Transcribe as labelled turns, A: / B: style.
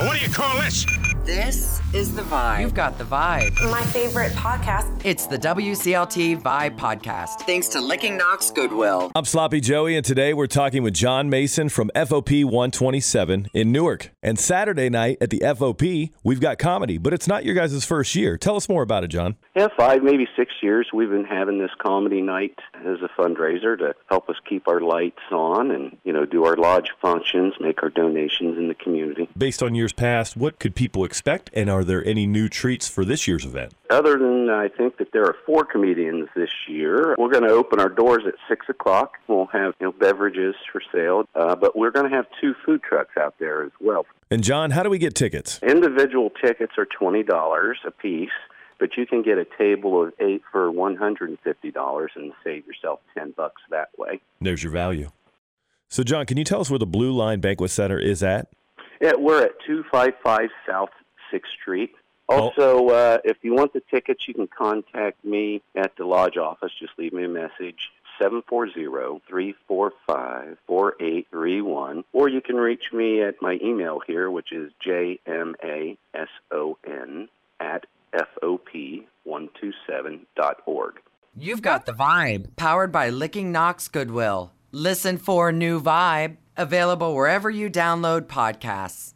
A: What do you call this?
B: This is the vibe.
C: You've got the vibe.
D: My favorite podcast.
C: It's the WCLT Vibe Podcast.
B: Thanks to Licking Knox Goodwill.
E: I'm Sloppy Joey, and today we're talking with John Mason from FOP 127 in Newark. And Saturday night at the FOP, we've got comedy, but it's not your guys' first year. Tell us more about it, John.
F: Yeah, five, maybe six years we've been having this comedy night as a fundraiser to help us keep our lights on and, you know, do our lodge functions, make our donations in the community.
E: Based on years past, what could people expect, and are there any new treats for this year's event?
F: Other than I think that there are four comedians this year, we're going to open our doors at 6 o'clock. We'll have, you know, beverages for sale, uh, but we're going to have two food trucks out there as well.
E: And, John, how do we get tickets?
F: Individual tickets are $20 a piece but you can get a table of eight for one hundred and fifty dollars and save yourself ten bucks that way.
E: There's your value. So, John, can you tell us where the Blue Line Banquet Center is at?
F: Yeah, we're at two five five South Sixth Street. Also, uh, if you want the tickets, you can contact me at the lodge office. Just leave me a message. seven four zero three four five four eight three one, or you can reach me at my email here, which is jmason at fop127.org.
C: You've got the vibe. Powered by Licking Knox Goodwill. Listen for New Vibe. Available wherever you download podcasts.